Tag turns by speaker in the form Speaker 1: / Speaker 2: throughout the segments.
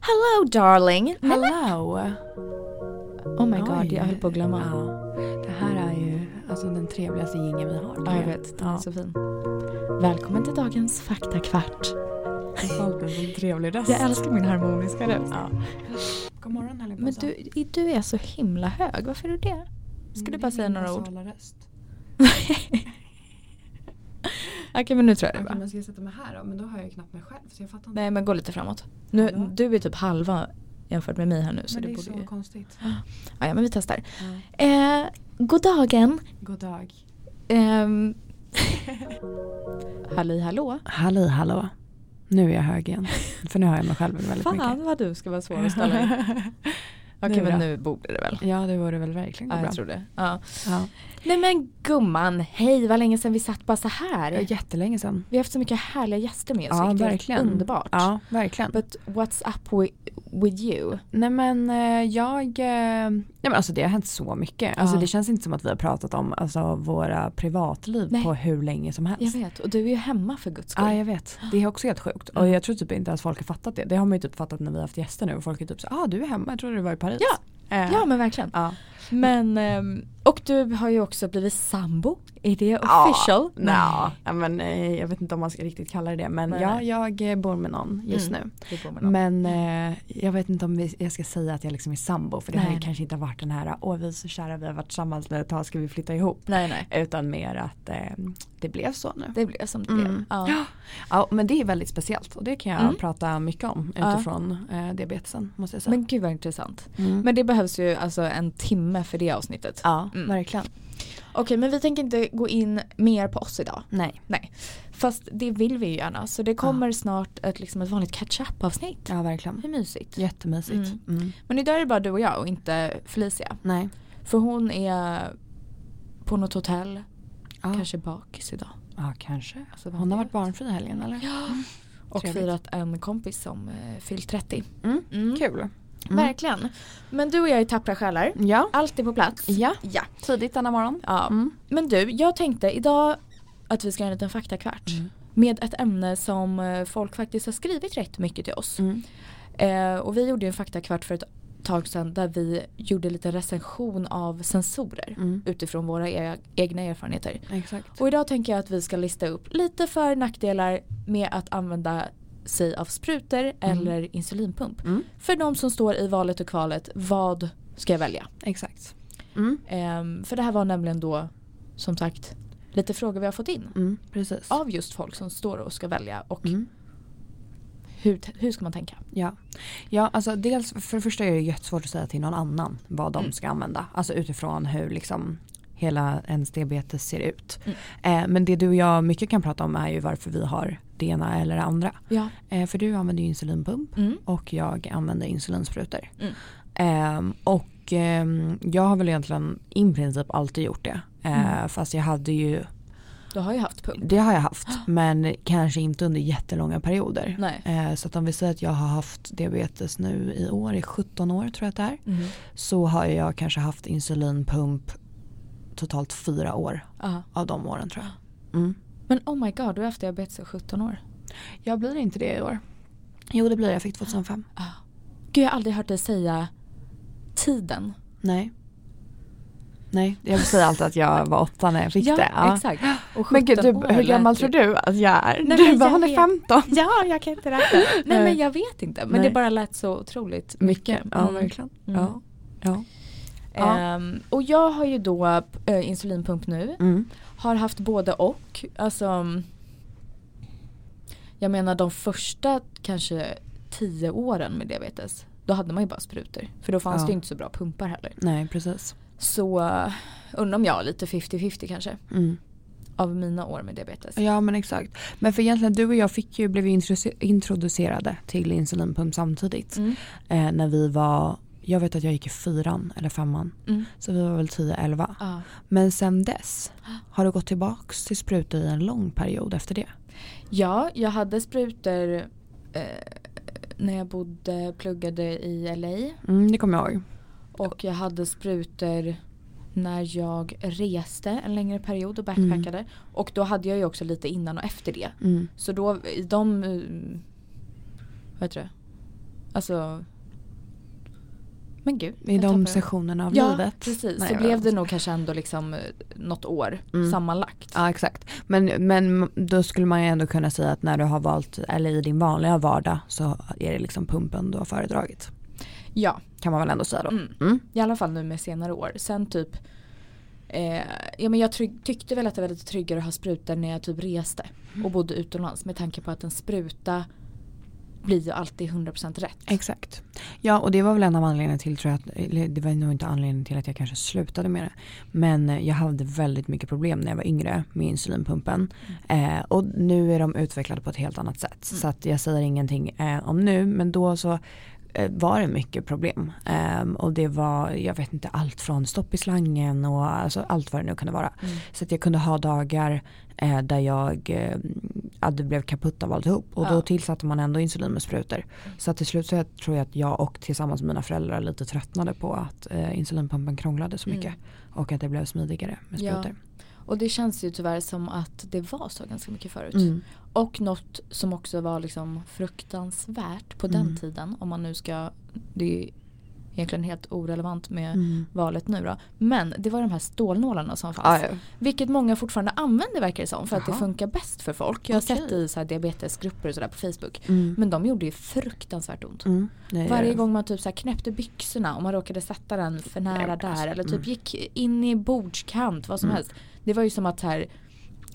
Speaker 1: Hello darling.
Speaker 2: Hello!
Speaker 1: Oh my
Speaker 2: Oj.
Speaker 1: god, jag höll på att glömma. Ja,
Speaker 2: Ja. Det här är ju alltså, den trevligaste jingeln vi har.
Speaker 1: jag vet. Den är
Speaker 2: Ja.
Speaker 1: så fin. Välkommen till dagens faktakvart.
Speaker 2: Allt med en trevlig röst.
Speaker 1: Jag älskar min harmoniska röst.
Speaker 2: Ja. God morgon höll jag på
Speaker 1: Men
Speaker 2: att säga.
Speaker 1: du, du är så himla hög, varför är du det? Ska du
Speaker 2: Mm,
Speaker 1: bara
Speaker 2: det är
Speaker 1: säga
Speaker 2: min
Speaker 1: några ord?
Speaker 2: nasala Röst.
Speaker 1: Okej men nu tror jag
Speaker 2: Okej,
Speaker 1: det va?
Speaker 2: men ska jag sätta mig här då? Men då hör jag ju knappt mig själv så jag fattar inte.
Speaker 1: Nej men gå lite framåt. Nu,
Speaker 2: Ja.
Speaker 1: Du är typ halva jämfört med mig här nu så
Speaker 2: men det
Speaker 1: det,
Speaker 2: är
Speaker 1: borde
Speaker 2: så
Speaker 1: ju...
Speaker 2: konstigt.
Speaker 1: Ja, ja men vi testar.
Speaker 2: Ja.
Speaker 1: Eh, god dagen.
Speaker 2: God dag.
Speaker 1: Ehm. Halli hallå.
Speaker 2: Halli hallå. Nu är jag hög igen. För nu hör jag mig själv väldigt
Speaker 1: Fan vad du ska vara svår att ställa in. Okej
Speaker 2: Nu då?
Speaker 1: men nu borde det väl.
Speaker 2: Ja det vore väl verkligen gå
Speaker 1: Ja,
Speaker 2: bra.
Speaker 1: jag tror det. Ja.
Speaker 2: Ja.
Speaker 1: Nej men gumman, hej vad länge sedan vi satt bara så
Speaker 2: Det
Speaker 1: här.
Speaker 2: var jättelänge sedan.
Speaker 1: Vi har haft så mycket härliga gäster med oss.
Speaker 2: Ja
Speaker 1: vilket är helt
Speaker 2: verkligen.
Speaker 1: Underbart.
Speaker 2: Ja verkligen.
Speaker 1: But what's up wi- with you?
Speaker 2: Nej men eh, jag, eh, nej men alltså det har hänt så mycket. Alltså
Speaker 1: Ja.
Speaker 2: det känns inte som att vi har pratat om alltså, våra privatliv
Speaker 1: Nej.
Speaker 2: på hur länge som helst.
Speaker 1: Jag vet, och du är ju hemma för guds skull.
Speaker 2: Ja jag vet, det är också helt sjukt.
Speaker 1: Mm.
Speaker 2: Och jag tror typ inte att folk har fattat det. Det har man ju typ fattat när vi har haft gäster nu. Folk är typ så ah du är hemma, jag trodde du var i Paris.
Speaker 1: Ja.
Speaker 2: Eh,
Speaker 1: Ja men verkligen.
Speaker 2: ja.
Speaker 1: Men, ehm, och du har ju också blivit sambo. Är det
Speaker 2: Ja,
Speaker 1: official?
Speaker 2: nja, Ja, men, eh, jag vet inte om man ska riktigt kalla det det men
Speaker 1: Nej,
Speaker 2: ja,
Speaker 1: nej.
Speaker 2: jag eh, bor med någon just
Speaker 1: Mm.
Speaker 2: nu.
Speaker 1: Det får man ha.
Speaker 2: Men eh, jag vet inte om vi, jag ska säga att jag liksom är sambo för det har
Speaker 1: Nej,
Speaker 2: ju
Speaker 1: nej.
Speaker 2: kanske inte varit den här åh vi är så kära vi har varit tillsammans ett tag ska vi flytta ihop.
Speaker 1: Nej nej.
Speaker 2: Utan mer att eh, det blev så nu.
Speaker 1: Det blev som det blev.
Speaker 2: Mm.
Speaker 1: Ja.
Speaker 2: Ja men det är väldigt speciellt och det kan jag
Speaker 1: Mm.
Speaker 2: prata mycket om
Speaker 1: Ja.
Speaker 2: utifrån eh, diabetesen måste jag säga.
Speaker 1: Men gud vad intressant.
Speaker 2: Mm.
Speaker 1: Men det behövs ju alltså en timme för det avsnittet.
Speaker 2: ja
Speaker 1: Mm.
Speaker 2: verkligen.
Speaker 1: Okej men vi tänker inte gå in mer på oss idag.
Speaker 2: Nej.
Speaker 1: Nej. Fast det vill vi ju gärna så det kommer snart ett, liksom, ett vanligt catch up avsnitt.
Speaker 2: Ja verkligen.
Speaker 1: Hur mysigt.
Speaker 2: Jättemysigt.
Speaker 1: Mm.
Speaker 2: Mm.
Speaker 1: Men idag är det bara du och jag och inte Felicia.
Speaker 2: Nej.
Speaker 1: För hon är på något hotell,
Speaker 2: Ja.
Speaker 1: kanske bakis idag.
Speaker 2: ja kanske.
Speaker 1: Alltså, vad
Speaker 2: Hon har
Speaker 1: vet
Speaker 2: varit barnfri i helgen eller?
Speaker 1: Ja. Mm. Och
Speaker 2: Trevligt.
Speaker 1: firat en kompis som eh, fyllt 30.
Speaker 2: Mm.
Speaker 1: Mm.
Speaker 2: Kul.
Speaker 1: Verkligen. Men du och jag är tappra själar.
Speaker 2: Ja.
Speaker 1: Allt är på plats.
Speaker 2: Ja.
Speaker 1: Ja.
Speaker 2: Tidigt denna morgon.
Speaker 1: ja.
Speaker 2: Mm.
Speaker 1: Men du, jag tänkte idag att vi ska göra en liten faktakvart.
Speaker 2: Mm.
Speaker 1: Med ett ämne som eh, folk faktiskt har skrivit rätt mycket till oss.
Speaker 2: Mm.
Speaker 1: Eh, och vi gjorde ju en faktakvart för ett tag sedan där vi gjorde lite recension av sensorer.
Speaker 2: Mm.
Speaker 1: Utifrån våra e- egna erfarenheter.
Speaker 2: Exakt.
Speaker 1: Och idag tänker jag att vi ska lista upp lite för och nackdelar med att använda sig av sprutor eller insulinpump.
Speaker 2: Mm.
Speaker 1: För de som står i valet och kvalet, vad ska jag välja?
Speaker 2: Exakt. Mm.
Speaker 1: Ehm, för det här var nämligen då som sagt lite frågor vi har fått in
Speaker 2: Mm. Precis.
Speaker 1: av just folk som står och ska välja och
Speaker 2: Mm.
Speaker 1: hur, t- hur ska man tänka?
Speaker 2: Ja. ja, alltså dels för det första är det jättesvårt att säga till någon annan vad de
Speaker 1: Mm.
Speaker 2: ska använda. Alltså utifrån hur liksom hela ens diabetes ser ut.
Speaker 1: Mm.
Speaker 2: Eh, men det du och jag mycket kan prata om är ju varför vi har det ena eller det andra.
Speaker 1: Ja.
Speaker 2: Eh, för du använder ju insulinpump
Speaker 1: Mm.
Speaker 2: och jag använder insulinsprutor.
Speaker 1: Mm.
Speaker 2: Ehm, och ehm, jag har väl egentligen i princip alltid gjort det. Eh,
Speaker 1: Mm.
Speaker 2: Fast jag hade ju,
Speaker 1: Du har ju haft pump.
Speaker 2: det har jag haft men kanske inte under jättelånga perioder.
Speaker 1: Nej.
Speaker 2: Eh, Så att om vi säger att jag har haft diabetes nu i år, i 17 år tror jag att det är.
Speaker 1: Mm.
Speaker 2: Så har jag kanske haft insulinpump totalt fyra år
Speaker 1: Ja.
Speaker 2: av de åren tror jag. Mm.
Speaker 1: Men oh my god, du har haft diabetes i 17 år.
Speaker 2: Jag blir inte det i år. Jo det blir jag, jag fick 2005.
Speaker 1: Gud jag har aldrig hört dig säga tiden.
Speaker 2: Nej. Nej, jag säger alltid att jag var åtta när jag fick det.
Speaker 1: exakt. Och
Speaker 2: Men gud,
Speaker 1: 17
Speaker 2: du,
Speaker 1: år
Speaker 2: hur
Speaker 1: lät
Speaker 2: gammal
Speaker 1: ju-
Speaker 2: tror du att jag är?
Speaker 1: Nej,
Speaker 2: du
Speaker 1: men
Speaker 2: bara,
Speaker 1: jag
Speaker 2: hon är
Speaker 1: vet.
Speaker 2: 15.
Speaker 1: Ja, jag kan inte räkna. Nej men
Speaker 2: Nej.
Speaker 1: jag vet inte. Men
Speaker 2: Nej.
Speaker 1: det bara lät så otroligt.
Speaker 2: Mycket, ja
Speaker 1: Mm.
Speaker 2: verkligen.
Speaker 1: Mm.
Speaker 2: Ja. Ja. Ja.
Speaker 1: Ehm, och jag har ju då eh, insulinpump nu.
Speaker 2: Mm.
Speaker 1: Har haft både och. Alltså, mm, jag menar de första kanske tio åren med diabetes. Då hade man ju bara sprutor. För då fanns
Speaker 2: Ja.
Speaker 1: det ju inte så bra pumpar heller.
Speaker 2: Nej, precis.
Speaker 1: Så uh, undrar om jag har lite 50-50 kanske.
Speaker 2: Mm.
Speaker 1: Av mina år med diabetes.
Speaker 2: Ja men exakt. Men för egentligen du och jag fick ju, blev ju introduce- introducerade till insulinpump samtidigt.
Speaker 1: Mm.
Speaker 2: Eh, när vi var, jag vet att jag gick i fyran eller femman.
Speaker 1: Mm.
Speaker 2: Så vi var väl 10-11.
Speaker 1: Ja.
Speaker 2: Men sen dess har du gått tillbaks till sprutor i en lång period efter det.
Speaker 1: Ja, jag hade sprutor eh, när jag bodde, pluggade i LA.
Speaker 2: Mm, det kommer jag ihåg.
Speaker 1: Och jag hade sprutor när jag reste en längre period och
Speaker 2: Mm.
Speaker 1: backpackade. Och då hade jag ju också lite innan och efter det.
Speaker 2: Mm.
Speaker 1: Så då i de... eh, Vad heter det? Alltså... Men gud.
Speaker 2: I
Speaker 1: jag tappar
Speaker 2: de
Speaker 1: det.
Speaker 2: sessionerna av
Speaker 1: Ja,
Speaker 2: livet.
Speaker 1: precis.
Speaker 2: Nej,
Speaker 1: så
Speaker 2: jag
Speaker 1: blev
Speaker 2: vet.
Speaker 1: det nog kanske ändå liksom eh, något år
Speaker 2: Mm.
Speaker 1: sammanlagt.
Speaker 2: Ja exakt. Men, men då skulle man ju ändå kunna säga att när du har valt, eller i din vanliga vardag så är det liksom pumpen du har föredragit.
Speaker 1: Ja,
Speaker 2: Kan man väl ändå säga då.
Speaker 1: Mm.
Speaker 2: Mm.
Speaker 1: i alla fall nu med senare år. Sen typ Eh, ja, men jag tryck, tyckte väl att det var lite tryggare att ha sprutor när jag typ reste
Speaker 2: Mm.
Speaker 1: och bodde utomlands med tanke på att en spruta blir ju alltid 100% rätt.
Speaker 2: Exakt. Ja och det var väl en av anledningarna till tror jag, att, eller det var nog inte anledningen till att jag kanske slutade med det. Men eh, jag hade väldigt mycket problem när jag var yngre med insulinpumpen.
Speaker 1: Mm.
Speaker 2: Eh, och nu är de utvecklade på ett helt annat sätt. Så att jag säger ingenting eh, om nu men då så eh, var det mycket problem. Eh, och det var, jag vet inte, allt från stopp i slangen och alltså allt vad det nu kunde vara.
Speaker 1: Mm.
Speaker 2: Så att jag kunde ha dagar eh, där jag eh, ja, det blev kaputt av alltihop. Och då
Speaker 1: Ja.
Speaker 2: tillsatte man ändå insulin med sprutor. Så att till slut så jag- tror jag att jag och tillsammans med mina föräldrar lite tröttnade på att eh, insulinpumpen krånglade så mycket. Och att det blev smidigare med
Speaker 1: Mm. Ja.
Speaker 2: sprutor.
Speaker 1: Och det känns ju tyvärr som att det var så ganska mycket förut.
Speaker 2: Mm.
Speaker 1: Och något som också var liksom fruktansvärt på
Speaker 2: Mm.
Speaker 1: den tiden om man nu ska, det är egentligen helt orelevant med
Speaker 2: Mm.
Speaker 1: valet nu då. Men det var de här stålnålarna som fanns.
Speaker 2: Ah, Ja, ja.
Speaker 1: Vilket många fortfarande använder verkar det som för att det
Speaker 2: Jaha.
Speaker 1: funkar bäst för folk. Jag har
Speaker 2: Okej.
Speaker 1: sett i så här diabetesgrupper och sådär på Facebook.
Speaker 2: Mm.
Speaker 1: Men de gjorde ju fruktansvärt ont.
Speaker 2: Mm. Nej,
Speaker 1: Varje
Speaker 2: jag-
Speaker 1: gång man typ så här knäppte byxorna och man råkade sätta den för
Speaker 2: Nej,
Speaker 1: nära
Speaker 2: men
Speaker 1: där
Speaker 2: alltså,
Speaker 1: eller typ
Speaker 2: mm.
Speaker 1: gick in i bordskant, vad som
Speaker 2: Mm.
Speaker 1: helst. Det var ju som att så här,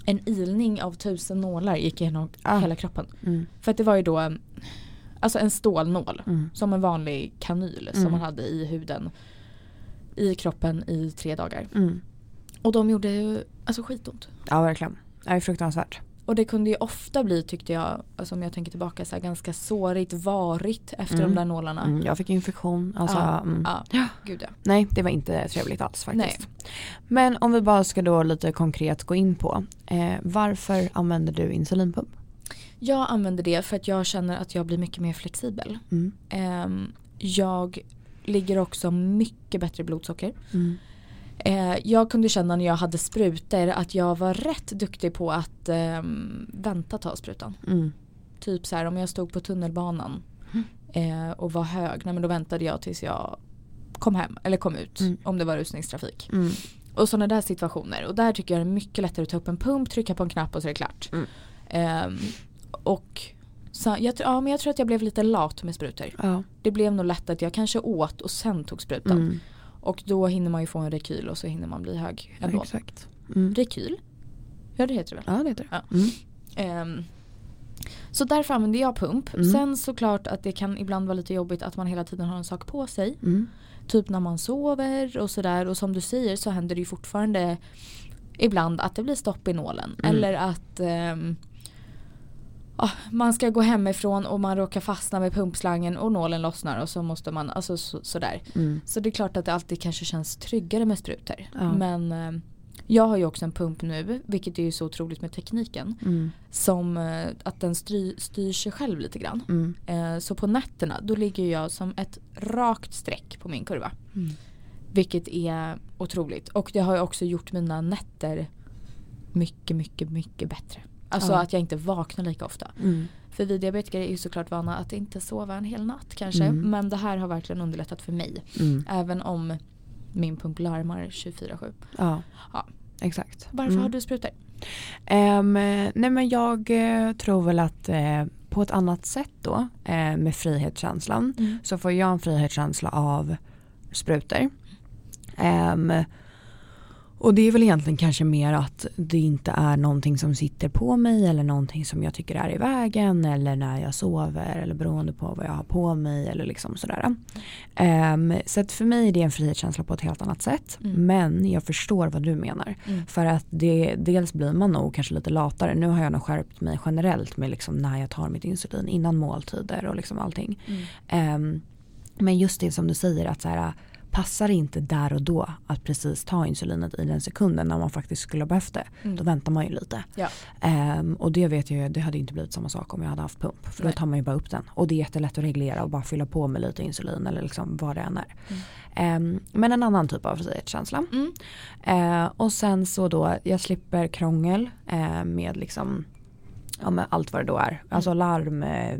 Speaker 1: en ilning av tusen nålar gick genom
Speaker 2: Ah.
Speaker 1: hela kroppen.
Speaker 2: Mm.
Speaker 1: För att det var ju då alltså en stålnål
Speaker 2: Mm.
Speaker 1: som en vanlig kanyl
Speaker 2: Mm.
Speaker 1: som man hade i huden i kroppen i tre dagar.
Speaker 2: Mm.
Speaker 1: Och de gjorde ju alltså skitont.
Speaker 2: Ja verkligen. Ja, Det är fruktansvärt.
Speaker 1: Och det kunde ju ofta bli tyckte jag, alltså om jag tänker tillbaka, så här, ganska sårigt, varigt efter
Speaker 2: Mm.
Speaker 1: de där nålarna.
Speaker 2: Mm. Jag fick infektion. Alltså,
Speaker 1: Ja.
Speaker 2: mm.
Speaker 1: Ja,
Speaker 2: Ja.
Speaker 1: gud ja.
Speaker 2: Nej, det var inte trevligt alls faktiskt. Men om vi bara ska då lite konkret gå in på. Eh, varför använder du insulinpump?
Speaker 1: Jag använder det för att jag känner att jag blir mycket mer flexibel.
Speaker 2: Mm.
Speaker 1: Ehm, jag ligger också mycket bättre i blodsocker.
Speaker 2: Mm.
Speaker 1: Eh, jag kunde känna när jag hade sprutor att jag var rätt duktig på att ehm, vänta ta sprutan.
Speaker 2: Mm.
Speaker 1: Typ så här om jag stod på tunnelbanan eh, och var hög, nej, men då väntade jag tills jag kom hem eller kom ut
Speaker 2: Mm.
Speaker 1: om det var rusningstrafik.
Speaker 2: Mm.
Speaker 1: Och sådana där situationer. Och där tycker jag det är mycket lättare att ta upp en pump, trycka på en knapp och så är det klart.
Speaker 2: Mm.
Speaker 1: Ehm, och så, jag, tr- ja, men jag tror att jag blev lite lat med sprutor.
Speaker 2: Ja.
Speaker 1: Det blev nog lätt att jag kanske åt och sen tog sprutan.
Speaker 2: Mm.
Speaker 1: Och då hinner man ju få en rekyl och så hinner man bli hög ändå.
Speaker 2: Exakt. Mm.
Speaker 1: Rekyl? Ja det heter det väl?
Speaker 2: Ja det heter det.
Speaker 1: Ja.
Speaker 2: Mm.
Speaker 1: Ehm, så därför använder jag pump.
Speaker 2: Mm.
Speaker 1: Sen såklart att det kan ibland vara lite jobbigt att man hela tiden har en sak på sig.
Speaker 2: Mm.
Speaker 1: Typ när man sover och sådär. Och som du säger så händer det ju fortfarande ibland att det blir stopp i nålen.
Speaker 2: Mm.
Speaker 1: Eller att ehm, ah, man ska gå hemifrån och man råkar fastna med pumpslangen och nålen lossnar och så måste man, alltså så, sådär.
Speaker 2: Mm.
Speaker 1: Så det är klart att det alltid kanske känns tryggare med sprutor.
Speaker 2: Ja.
Speaker 1: Men ehm, jag har ju också en pump nu, vilket är ju så otroligt med tekniken.
Speaker 2: Mm.
Speaker 1: Som eh, att den styr, styr sig själv lite grann.
Speaker 2: Mm.
Speaker 1: Eh, Så på nätterna då ligger jag som ett rakt streck på min kurva.
Speaker 2: Mm.
Speaker 1: Vilket är otroligt. Och det har ju också gjort mina nätter mycket, mycket, mycket bättre. Alltså
Speaker 2: Ja.
Speaker 1: att jag inte vaknar lika ofta.
Speaker 2: Mm.
Speaker 1: För vi diabetiker är ju såklart vana att inte sova en hel natt kanske.
Speaker 2: Mm.
Speaker 1: Men det här har verkligen underlättat för mig.
Speaker 2: Mm.
Speaker 1: Även om min pump larmar 24-7.
Speaker 2: Ja.
Speaker 1: Ja.
Speaker 2: Exakt.
Speaker 1: Varför
Speaker 2: Mm.
Speaker 1: har du sprutor?
Speaker 2: Ehm, nej men jag eh, tror väl att eh, på ett annat sätt då eh, med frihetskänslan
Speaker 1: Mm.
Speaker 2: så får jag en frihetskänsla av sprutor. Ehm, och det är väl egentligen kanske mer att det inte är någonting som sitter på mig eller någonting som jag tycker är i vägen eller när jag sover eller beroende på vad jag har på mig eller liksom sådär. Ehm, så att för mig är det en frihetskänsla på ett helt annat sätt.
Speaker 1: Mm.
Speaker 2: Men jag förstår vad du menar.
Speaker 1: Mm.
Speaker 2: För att det, dels blir man nog kanske lite latare. Nu har jag nog skärpt mig generellt med liksom när jag tar mitt insulin innan måltider och liksom allting.
Speaker 1: Mm.
Speaker 2: Ehm, men just det som du säger att så här, passar det inte där och då att precis ta insulinet i den sekunden när man faktiskt skulle ha behövt det.
Speaker 1: Mm.
Speaker 2: Då väntar man ju lite.
Speaker 1: Ja.
Speaker 2: Ehm, och det vet jag ju, det hade inte blivit samma sak om jag hade haft pump. För
Speaker 1: Nej.
Speaker 2: då tar man ju bara upp den. Och det är jättelätt att reglera och bara fylla på med lite insulin eller liksom vad det än är. Ehm, men en annan typ av frihetskänsla.
Speaker 1: Mm.
Speaker 2: Eh, och sen så då, jag slipper krångel
Speaker 1: Mm.
Speaker 2: eh, med liksom ja, men allt vad det då är. Alltså larm, eh,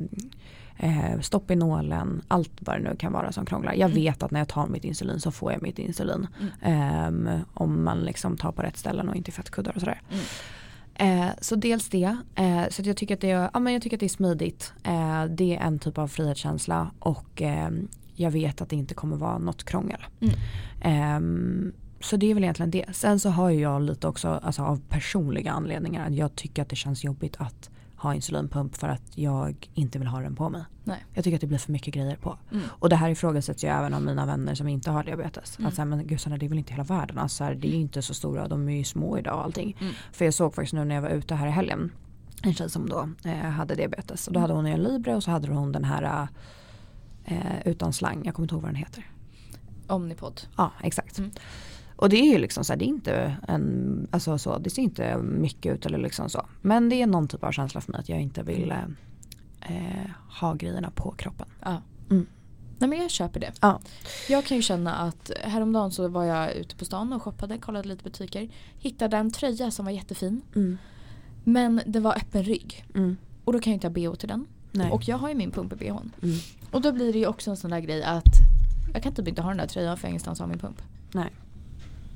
Speaker 2: eh, stopp i nålen, allt vad det nu kan vara som krånglar. Jag
Speaker 1: Mm.
Speaker 2: vet att när jag tar mitt insulin så får jag mitt insulin.
Speaker 1: Mm.
Speaker 2: Ehm, om man liksom tar på rätt ställen och inte i fettkuddar och sådär.
Speaker 1: Mm.
Speaker 2: Eh, så dels det, eh, så att jag, tycker att det är, ja, men jag tycker att det är smidigt. Eh, det är en typ av frihetskänsla och ehm, jag vet att det inte kommer vara något krångel.
Speaker 1: Mm.
Speaker 2: Ehm, så det är väl egentligen det. Sen så har ju jag lite också alltså, av personliga anledningar att jag tycker att det känns jobbigt att ha insulinpump för att jag inte vill ha den på mig.
Speaker 1: Nej.
Speaker 2: Jag tycker att det blir för mycket grejer på.
Speaker 1: Mm.
Speaker 2: Och det här ifrågasätts ju även av mina vänner som inte har diabetes.
Speaker 1: Mm.
Speaker 2: Att säga, men gud Sanna, det är väl inte hela världen. Alltså, så här, det är ju inte så stora, de är ju små idag och allting.
Speaker 1: Mm.
Speaker 2: För jag såg faktiskt nu när jag var ute här i helgen en tjej som då eh, hade diabetes.
Speaker 1: Mm.
Speaker 2: Och då hade hon ju en Libre och så hade hon den här eh, utan slang, jag kommer inte ihåg vad den heter.
Speaker 1: Omnipod.
Speaker 2: Ja, exakt.
Speaker 1: Mm.
Speaker 2: Och det är ju liksom så här, det är inte en, alltså så, det ser inte mycket ut eller liksom så. Men det är någon typ av känsla för mig att jag inte vill eh, eh, ha grejerna på kroppen.
Speaker 1: Ja.
Speaker 2: Mm.
Speaker 1: Nej men jag köper det.
Speaker 2: Ja.
Speaker 1: Jag kan ju känna att häromdagen så var jag ute på stan och shoppade, kollade lite butiker. Hittade en tröja som var jättefin.
Speaker 2: Mm.
Speaker 1: Men det var öppen rygg.
Speaker 2: Mm.
Speaker 1: Och då kan jag inte ha bh till den.
Speaker 2: Nej.
Speaker 1: Och jag har ju min pump i bhn.
Speaker 2: Mm.
Speaker 1: Och då blir det ju också en sån där grej att jag kan typ inte ha den där tröjan för jag har ingenstans att ha min pump.
Speaker 2: Nej.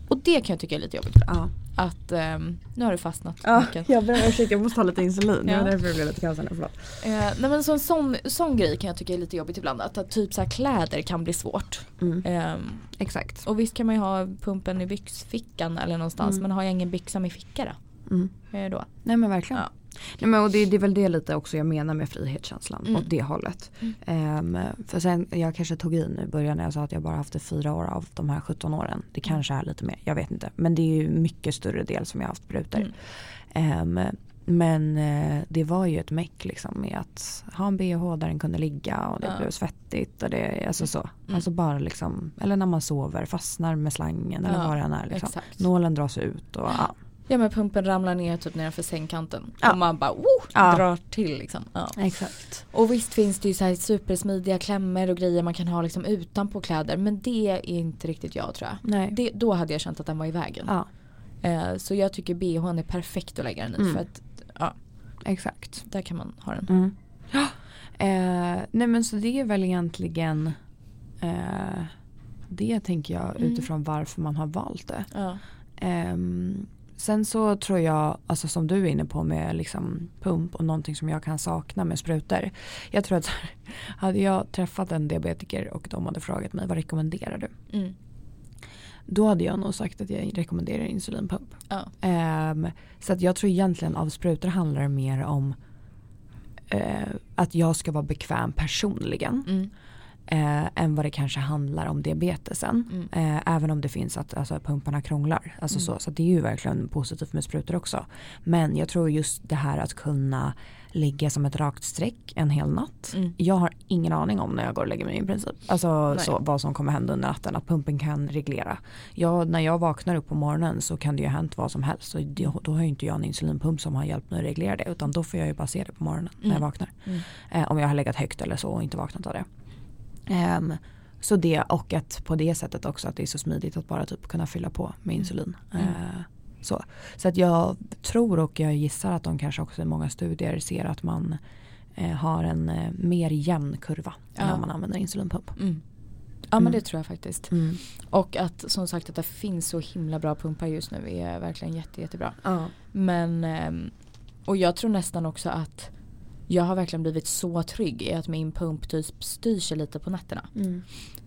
Speaker 1: Och det kan jag tycka är lite jobbigt.
Speaker 2: Ja.
Speaker 1: Att ehm, nu har du fastnat. Mikael.
Speaker 2: jag ber om ursäkt, jag måste ha lite insulin.
Speaker 1: Ja.
Speaker 2: därför det blev lite kaos här nu, förlåt.
Speaker 1: Eh, nej men så en sån, sån grej kan jag tycka är lite jobbigt ibland. Att, att typ så här kläder kan bli svårt.
Speaker 2: Mm.
Speaker 1: Ehm,
Speaker 2: Exakt.
Speaker 1: och visst kan man ju ha pumpen i byxfickan eller någonstans.
Speaker 2: Mm.
Speaker 1: Men har jag ingen byxa med ficka då?
Speaker 2: Mm.
Speaker 1: Hur är det då?
Speaker 2: Nej men verkligen.
Speaker 1: Ja.
Speaker 2: Nej, men, och det, det är väl det lite också jag menar med frihetskänslan
Speaker 1: Mm.
Speaker 2: åt det hållet.
Speaker 1: Mm.
Speaker 2: Ehm, för sen, jag kanske tog i nu i början när jag sa att jag bara haft det fyra år av de här 17 åren. Det
Speaker 1: Mm.
Speaker 2: kanske är lite mer, jag vet inte. Men det är ju mycket större del som jag har haft bruter.
Speaker 1: Mm.
Speaker 2: Ehm, men eh, det var ju ett meck liksom med att ha en bh där den kunde ligga och det
Speaker 1: Ja.
Speaker 2: blev svettigt och det, alltså så.
Speaker 1: Mm.
Speaker 2: Alltså bara liksom, eller när man sover, fastnar med slangen eller
Speaker 1: Ja,
Speaker 2: vad det än är liksom.
Speaker 1: Exakt.
Speaker 2: Nålen dras ut och ja.
Speaker 1: Ja men pumpen ramlar ner typ nedanför sängkanten.
Speaker 2: Ja.
Speaker 1: Och man bara oh,
Speaker 2: Ja.
Speaker 1: drar till liksom. Ja.
Speaker 2: Exakt.
Speaker 1: Och visst finns det ju så här supersmidiga klämmor och grejer man kan ha liksom utanpå kläder. Men det är inte riktigt jag tror jag.
Speaker 2: Nej.
Speaker 1: Det, då hade jag känt att den var i vägen.
Speaker 2: Ja,
Speaker 1: Eh, så jag tycker bhn är perfekt att lägga den i.
Speaker 2: Mm.
Speaker 1: För att ja,
Speaker 2: exakt.
Speaker 1: där kan man ha den.
Speaker 2: Mm. Eh, nej men så det är väl egentligen eh, det tänker jag
Speaker 1: Mm.
Speaker 2: utifrån varför man har valt det.
Speaker 1: Ja.
Speaker 2: Ehm, sen så tror jag, alltså som du är inne på med liksom pump och någonting som jag kan sakna med sprutor. Jag tror att hade jag träffat en diabetiker och de hade frågat mig vad rekommenderar du?
Speaker 1: Mm.
Speaker 2: Då hade jag nog sagt att jag rekommenderar insulinpump.
Speaker 1: Ja.
Speaker 2: Ehm, så att jag tror egentligen av sprutor handlar det mer om eh, att jag ska vara bekväm personligen.
Speaker 1: Mm.
Speaker 2: Eh, än vad det kanske handlar om diabetesen.
Speaker 1: Mm.
Speaker 2: Eh, även om det finns att alltså, pumparna krånglar. Alltså,
Speaker 1: Mm.
Speaker 2: så, så det är ju verkligen positivt med sprutor också. Men jag tror just det här att kunna ligga som ett rakt streck en hel natt.
Speaker 1: Mm.
Speaker 2: Jag har ingen aning om när jag går och lägger mig i princip. Alltså
Speaker 1: Nej.
Speaker 2: så, vad som kommer hända under natten. Att pumpen kan reglera. Jag, när jag vaknar upp på morgonen så kan det ju ha hänt vad som helst. Och det, då har ju inte jag en insulinpump som har hjälpt mig att reglera det. Utan då får jag ju bara se det på morgonen när jag
Speaker 1: Mm.
Speaker 2: vaknar.
Speaker 1: Mm.
Speaker 2: Eh, om jag har legat högt eller så och inte vaknat av det. Ehm, så det och att på det sättet också att det är så smidigt att bara typ kunna fylla på med insulin.
Speaker 1: Mm.
Speaker 2: Eh, så. så att jag tror och jag gissar att de kanske också i många studier ser att man eh, har en eh, mer jämn kurva
Speaker 1: Ja.
Speaker 2: än om man använder insulinpump.
Speaker 1: Mm. Ja
Speaker 2: Mm.
Speaker 1: men det tror jag faktiskt. Och att som sagt att det finns så himla bra pumpar just nu är verkligen jätte, jättebra.
Speaker 2: Ja.
Speaker 1: Men, ehm, och jag tror nästan också att jag har verkligen blivit så trygg i att min pump typ styr sig lite på nätterna.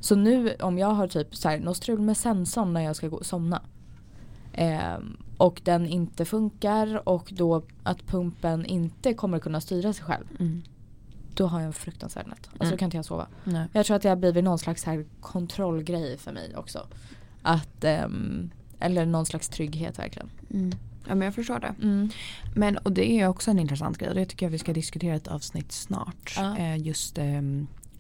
Speaker 1: Så nu om jag har typ så här, något strul med sensorn när jag ska gå och somna. ehm, och den inte funkar och då att pumpen inte kommer kunna styra sig själv.
Speaker 2: Mm.
Speaker 1: Då har jag en fruktansvärd natt. Alltså
Speaker 2: Mm.
Speaker 1: då kan inte jag sova.
Speaker 2: Nej.
Speaker 1: Jag tror att det har blivit någon slags här kontrollgrej för mig också. Att, ehm, eller någon slags trygghet verkligen.
Speaker 2: Ja men jag förstår det.
Speaker 1: Mm.
Speaker 2: Mm. Men och det är också en intressant grej och det tycker jag vi ska diskutera i ett avsnitt snart.
Speaker 1: Ja.
Speaker 2: Eh, just eh,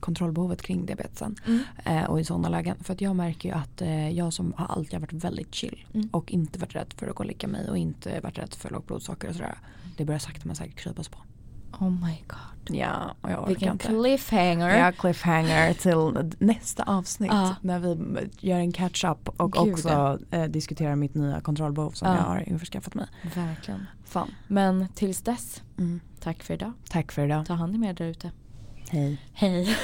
Speaker 2: kontrollbehovet kring diabetesen. Eh, och i sådana lägen. För att jag märker ju att eh, jag som har alltid har varit väldigt chill
Speaker 1: Mm.
Speaker 2: och inte varit rädd för att gå och lägga mig och inte varit rädd för lågt blodsocker och sådär. Det börjar sakta men säkert krypa sig på.
Speaker 1: Oh my god.
Speaker 2: Ja, och jag orkar
Speaker 1: Vilken
Speaker 2: inte.
Speaker 1: cliffhanger.
Speaker 2: Ja, cliffhanger till nästa avsnitt
Speaker 1: Ja.
Speaker 2: när vi gör en catch-up och
Speaker 1: Gud,
Speaker 2: också eh, diskuterar mitt nya kontrollbehov som
Speaker 1: Ja.
Speaker 2: jag har införskaffat mig.
Speaker 1: Verkligen.
Speaker 2: Fan.
Speaker 1: Men tills dess, tack för idag.
Speaker 2: Tack för idag.
Speaker 1: Ta hand om er där ute.
Speaker 2: Hej.
Speaker 1: Hej.